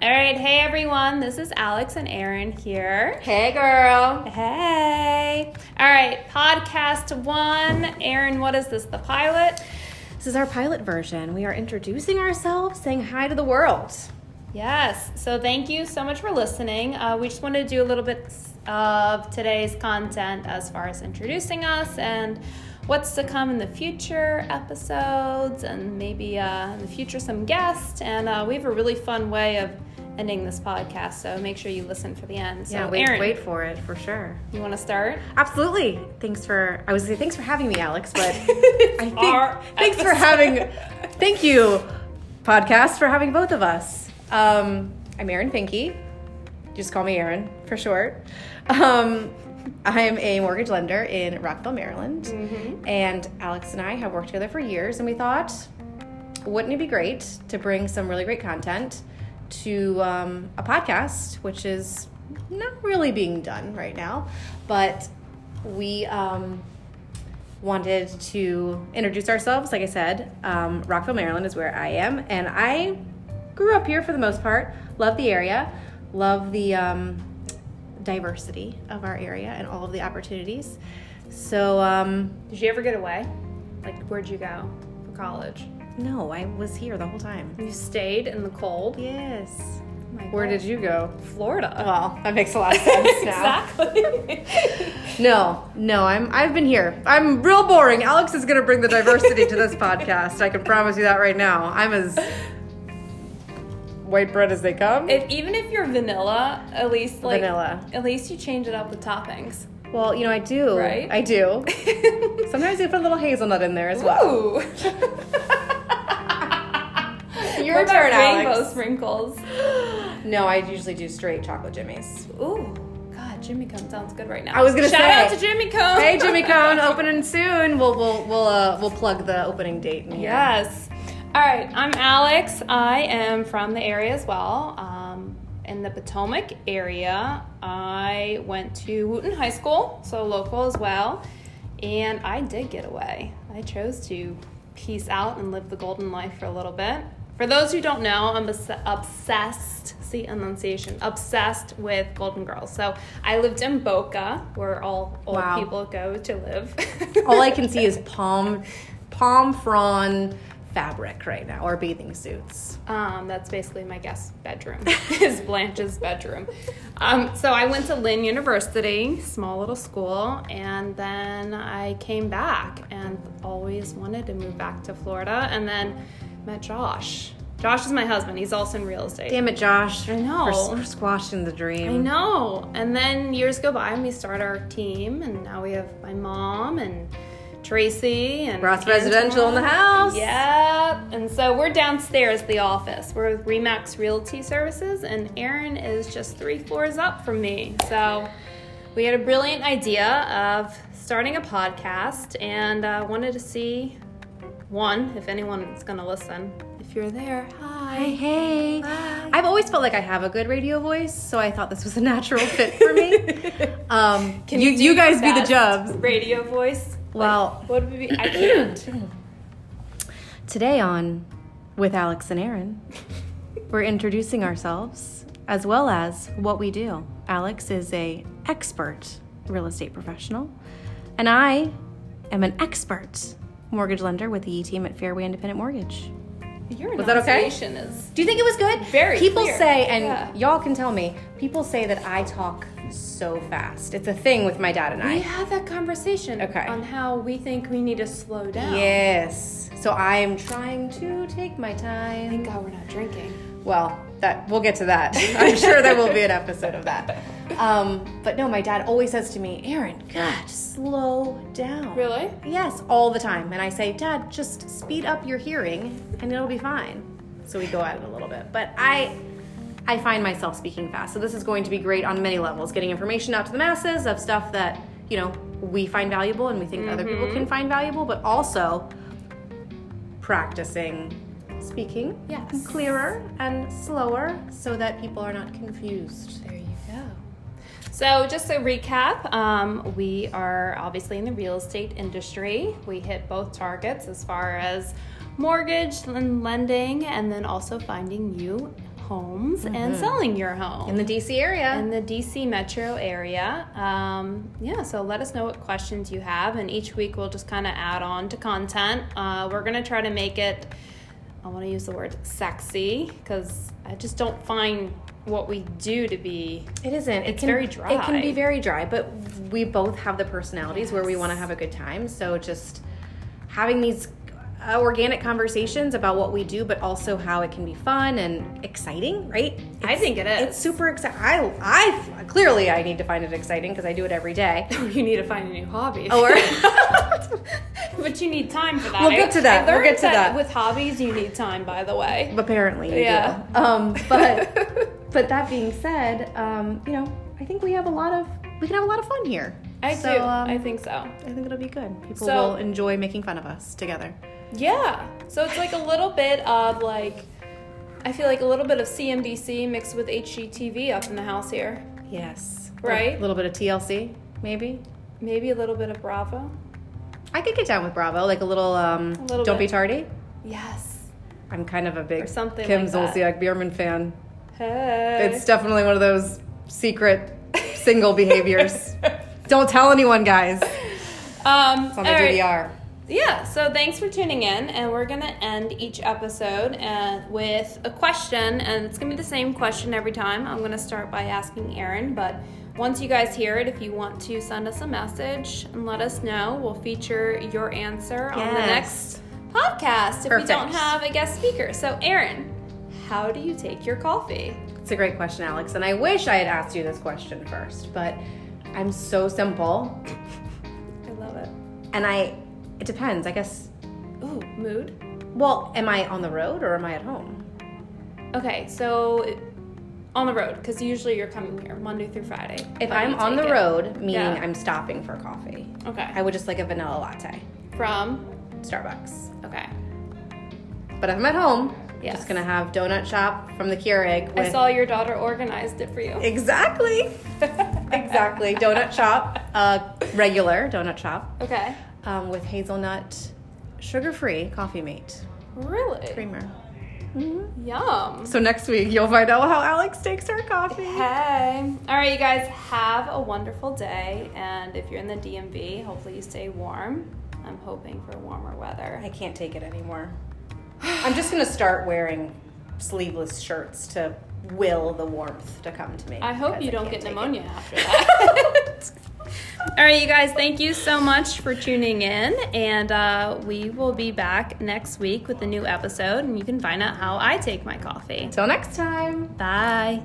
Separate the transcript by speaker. Speaker 1: All right, hey everyone, this is Alex and Aaron here.
Speaker 2: Hey, girl.
Speaker 1: Hey. All right, podcast one. Aaron, what is this, the pilot?
Speaker 2: This is our pilot version. We are introducing ourselves, saying hi to the world.
Speaker 1: Yes, so thank you so much for listening. Uh, we just want to do a little bit of today's content as far as introducing us and what's to come in the future episodes, and maybe uh, in the future some guests. And uh, we have a really fun way of ending this podcast, so make sure you listen for the end. So,
Speaker 2: yeah, wait,
Speaker 1: Aaron,
Speaker 2: wait for it for sure.
Speaker 1: you want to start?
Speaker 2: Absolutely. Thanks for I was gonna say thanks for having me, Alex, but I think
Speaker 1: Our
Speaker 2: thanks for
Speaker 1: episode.
Speaker 2: having thank you, podcast, for having both of us. Um, I'm Erin Finke. Just call me Erin for short. Um, I'm a mortgage lender in Rockville, Maryland, Mm-hmm. and Alex and I have worked together for years, and we thought, wouldn't it be great to bring some really great content to um, a podcast, which is not really being done right now, but we um, wanted to introduce ourselves. Like I said, um, Rockville, Maryland is where I am, and I grew up here for the most part. Love the area, love the um, diversity of our area and all of the opportunities. So, um,
Speaker 1: Did you ever get away? Like, where'd you go for college?
Speaker 2: no, I was here the whole time.
Speaker 1: You stayed in the cold?
Speaker 2: Yes.
Speaker 1: My
Speaker 2: Where
Speaker 1: God.
Speaker 2: did you go?
Speaker 1: Florida?
Speaker 2: Well, that makes a lot of sense now.
Speaker 1: exactly.
Speaker 2: No, no, I'm I've been here. I'm real boring. Alex is gonna bring the diversity to this podcast. I can promise you that right now. I'm as white bread as they come.
Speaker 1: if even if you're vanilla, at least like
Speaker 2: Vanilla.
Speaker 1: at least you change it up with toppings.
Speaker 2: well, you know, I do.
Speaker 1: Right?
Speaker 2: I do. Sometimes you put a little hazelnut in there as well.
Speaker 1: Ooh.
Speaker 2: Your
Speaker 1: What about
Speaker 2: turn,
Speaker 1: rainbow
Speaker 2: Alex.
Speaker 1: sprinkles.
Speaker 2: No, I usually do straight chocolate jimmies.
Speaker 1: Ooh, God, Jimmy Cone sounds good right now.
Speaker 2: I was gonna
Speaker 1: shout
Speaker 2: say.
Speaker 1: out to Jimmy Cone.
Speaker 2: Hey, Jimmy Cone, opening soon. We'll we'll we'll uh, we'll plug the opening date in here.
Speaker 1: Yes. All right, I'm Alex. I am from the area as well, um, in the Potomac area. I went to Wooten High School, so local as well, and I did get away. I chose to peace out and live the golden life for a little bit. For those who don't know, I'm obs- obsessed, see enunciation, obsessed with Golden Girls. So I lived in Boca, where all old
Speaker 2: Wow.
Speaker 1: people go to live.
Speaker 2: All I can see is palm palm frond fabric right now or bathing suits.
Speaker 1: Um, that's basically my guest bedroom, is Blanche's bedroom. Um, so I went to Lynn University, small little school, and then I came back and always wanted to move back to Florida. And then met Josh. Josh is my husband. He's also in real estate.
Speaker 2: Damn it, Josh. I
Speaker 1: know.
Speaker 2: For, for squashing the dream.
Speaker 1: I know. And then years go by and we start our team, and now we have my mom and Tracy and
Speaker 2: Ross Residential in the house.
Speaker 1: Yep. And so we're downstairs, the office. We're with Remax Realty Services, and Aaron is just three floors up from me. So we had a brilliant idea of starting a podcast and uh, wanted to see one, if anyone is going to listen. If you're there,
Speaker 2: Hey,
Speaker 1: hi.
Speaker 2: hey.
Speaker 1: Hi.
Speaker 2: I've always felt like I have a good radio voice, so I thought this was a natural fit for me. um,
Speaker 1: Can
Speaker 2: you,
Speaker 1: do
Speaker 2: you guys be the
Speaker 1: best
Speaker 2: jobs.
Speaker 1: Radio voice.
Speaker 2: Well-
Speaker 1: like, what would be? I can't.
Speaker 2: Today on With Alex and Aaron, we're introducing ourselves as well as what we do. Alex is a expert real estate professional, and I am an expert mortgage lender with the E team at Fairway Independent Mortgage.
Speaker 1: Your
Speaker 2: Was that okay?
Speaker 1: enunciation is
Speaker 2: Do you think it was good?
Speaker 1: Very
Speaker 2: People
Speaker 1: clear.
Speaker 2: say, and
Speaker 1: Yeah.
Speaker 2: y'all can tell me. People say that I talk so fast. It's a thing with my dad and
Speaker 1: We
Speaker 2: I.
Speaker 1: had that conversation
Speaker 2: Okay.
Speaker 1: on how we think we need to slow down.
Speaker 2: Yes. So I am trying to take my
Speaker 1: Thank
Speaker 2: time.
Speaker 1: God we're not drinking.
Speaker 2: Well, that we'll get to that. I'm sure there will be an episode of that. Um, but no, my dad always says to me, "Aaron, God, just slow down."
Speaker 1: Really?
Speaker 2: Yes, all the time. And I say, Dad, just speed up your hearing and it'll be fine. So we go at it a little bit. But I I find myself speaking fast. So this is going to be great on many levels, getting information out to the masses of stuff that, you know, we find valuable and we think other people can find valuable, but also practicing speaking
Speaker 1: Yes.
Speaker 2: clearer and slower so that people are not confused.
Speaker 1: There you go. So, just a recap, um, we are obviously in the real estate industry. We hit both targets as far as mortgage and lending, and then also finding you homes
Speaker 2: Mm-hmm.
Speaker 1: and selling your home
Speaker 2: in the DC area.
Speaker 1: in the DC metro area. Um, yeah, so let us know what questions you have, and each week we'll just kind of add on to content. Uh, we're gonna try to make it. I want to use the word sexy because I just don't find what we do to be.
Speaker 2: It isn't. It
Speaker 1: It's very
Speaker 2: It can
Speaker 1: dry.
Speaker 2: be very dry, but we both have the personalities where we want to
Speaker 1: Yes.
Speaker 2: have a good time. So just having these uh, organic conversations about what we do, but also how it can be fun and exciting, right?
Speaker 1: I think it is.
Speaker 2: It's super exciting. I, I clearly I need to find it exciting because I do it every day.
Speaker 1: you need to find a new hobby,
Speaker 2: Or
Speaker 1: Oh, but you need time for that.
Speaker 2: We'll get to that.
Speaker 1: I
Speaker 2: We'll get
Speaker 1: learned
Speaker 2: to that.
Speaker 1: With hobbies, you need time. By the way,
Speaker 2: apparently, you
Speaker 1: Yeah.
Speaker 2: Do. Um, but but that being said, um, you know, I think we have a lot of we can have a lot of fun here.
Speaker 1: I
Speaker 2: So,
Speaker 1: do.
Speaker 2: um,
Speaker 1: I think so.
Speaker 2: I think it'll be good. People
Speaker 1: So-
Speaker 2: will enjoy making fun of us together.
Speaker 1: Yeah. So it's like a little bit of like, I feel like a little bit of CNBC mixed with HGTV up in the house here.
Speaker 2: Yes.
Speaker 1: Right?
Speaker 2: A little bit of TLC, maybe.
Speaker 1: Maybe a little bit of Bravo.
Speaker 2: I could get down with Bravo, like a little, um,
Speaker 1: little
Speaker 2: Don't
Speaker 1: bit.
Speaker 2: Be Tardy.
Speaker 1: Yes.
Speaker 2: I'm kind of a big
Speaker 1: Or something
Speaker 2: Kim
Speaker 1: like that.
Speaker 2: Zolciak Bierman fan.
Speaker 1: Hey.
Speaker 2: It's definitely one of those secret single behaviors. Don't tell anyone, guys. It's
Speaker 1: um,
Speaker 2: on the
Speaker 1: all right.
Speaker 2: DVR.
Speaker 1: Yeah. So thanks for tuning in, and we're gonna end each episode uh, with a question, and it's gonna be the same question every time. I'm gonna start by asking Erin, but once you guys hear it, if you want to send us a message and let us know, we'll feature your answer on the
Speaker 2: Yes.
Speaker 1: next podcast if
Speaker 2: Perfect.
Speaker 1: we don't have a guest speaker. So Erin, how do you take your coffee?
Speaker 2: It's a great question, Alex, and I wish I had asked you this question first, but I'm so simple,
Speaker 1: I love it.
Speaker 2: and I. It depends, I guess.
Speaker 1: Ooh, mood.
Speaker 2: Well, am I on the road or am I at home?
Speaker 1: Okay, so on the road because usually you're coming here Monday through Friday.
Speaker 2: If
Speaker 1: Why do
Speaker 2: I'm
Speaker 1: you
Speaker 2: on
Speaker 1: take
Speaker 2: the
Speaker 1: it?
Speaker 2: road, meaning
Speaker 1: Yeah.
Speaker 2: I'm stopping for coffee, I
Speaker 1: okay,
Speaker 2: would just like a vanilla latte,
Speaker 1: from
Speaker 2: Starbucks.
Speaker 1: okay.
Speaker 2: But if I'm at home,
Speaker 1: Yes.
Speaker 2: just gonna have donut shop from the Keurig. With
Speaker 1: I saw your daughter organized it for you.
Speaker 2: exactly, exactly donut shop, uh, regular donut shop
Speaker 1: Okay,
Speaker 2: um, with hazelnut, sugar-free coffee mate
Speaker 1: really
Speaker 2: creamer. hmm
Speaker 1: yum.
Speaker 2: So next week you'll find out how Alex takes her coffee.
Speaker 1: Hey, all right, you guys have a wonderful day, and if you're in the DMV, hopefully you stay warm. I'm hoping for warmer weather.
Speaker 2: I can't take it anymore. I'm just gonna start wearing sleeveless shirts to will the warmth to come to me.
Speaker 1: I hope you
Speaker 2: because
Speaker 1: don't get
Speaker 2: can't take it.
Speaker 1: pneumonia after that. All right, you guys, thank you so much for tuning in. And uh, we will be back next week with a new episode, and you can find out how I take my coffee.
Speaker 2: Until next time.
Speaker 1: Bye.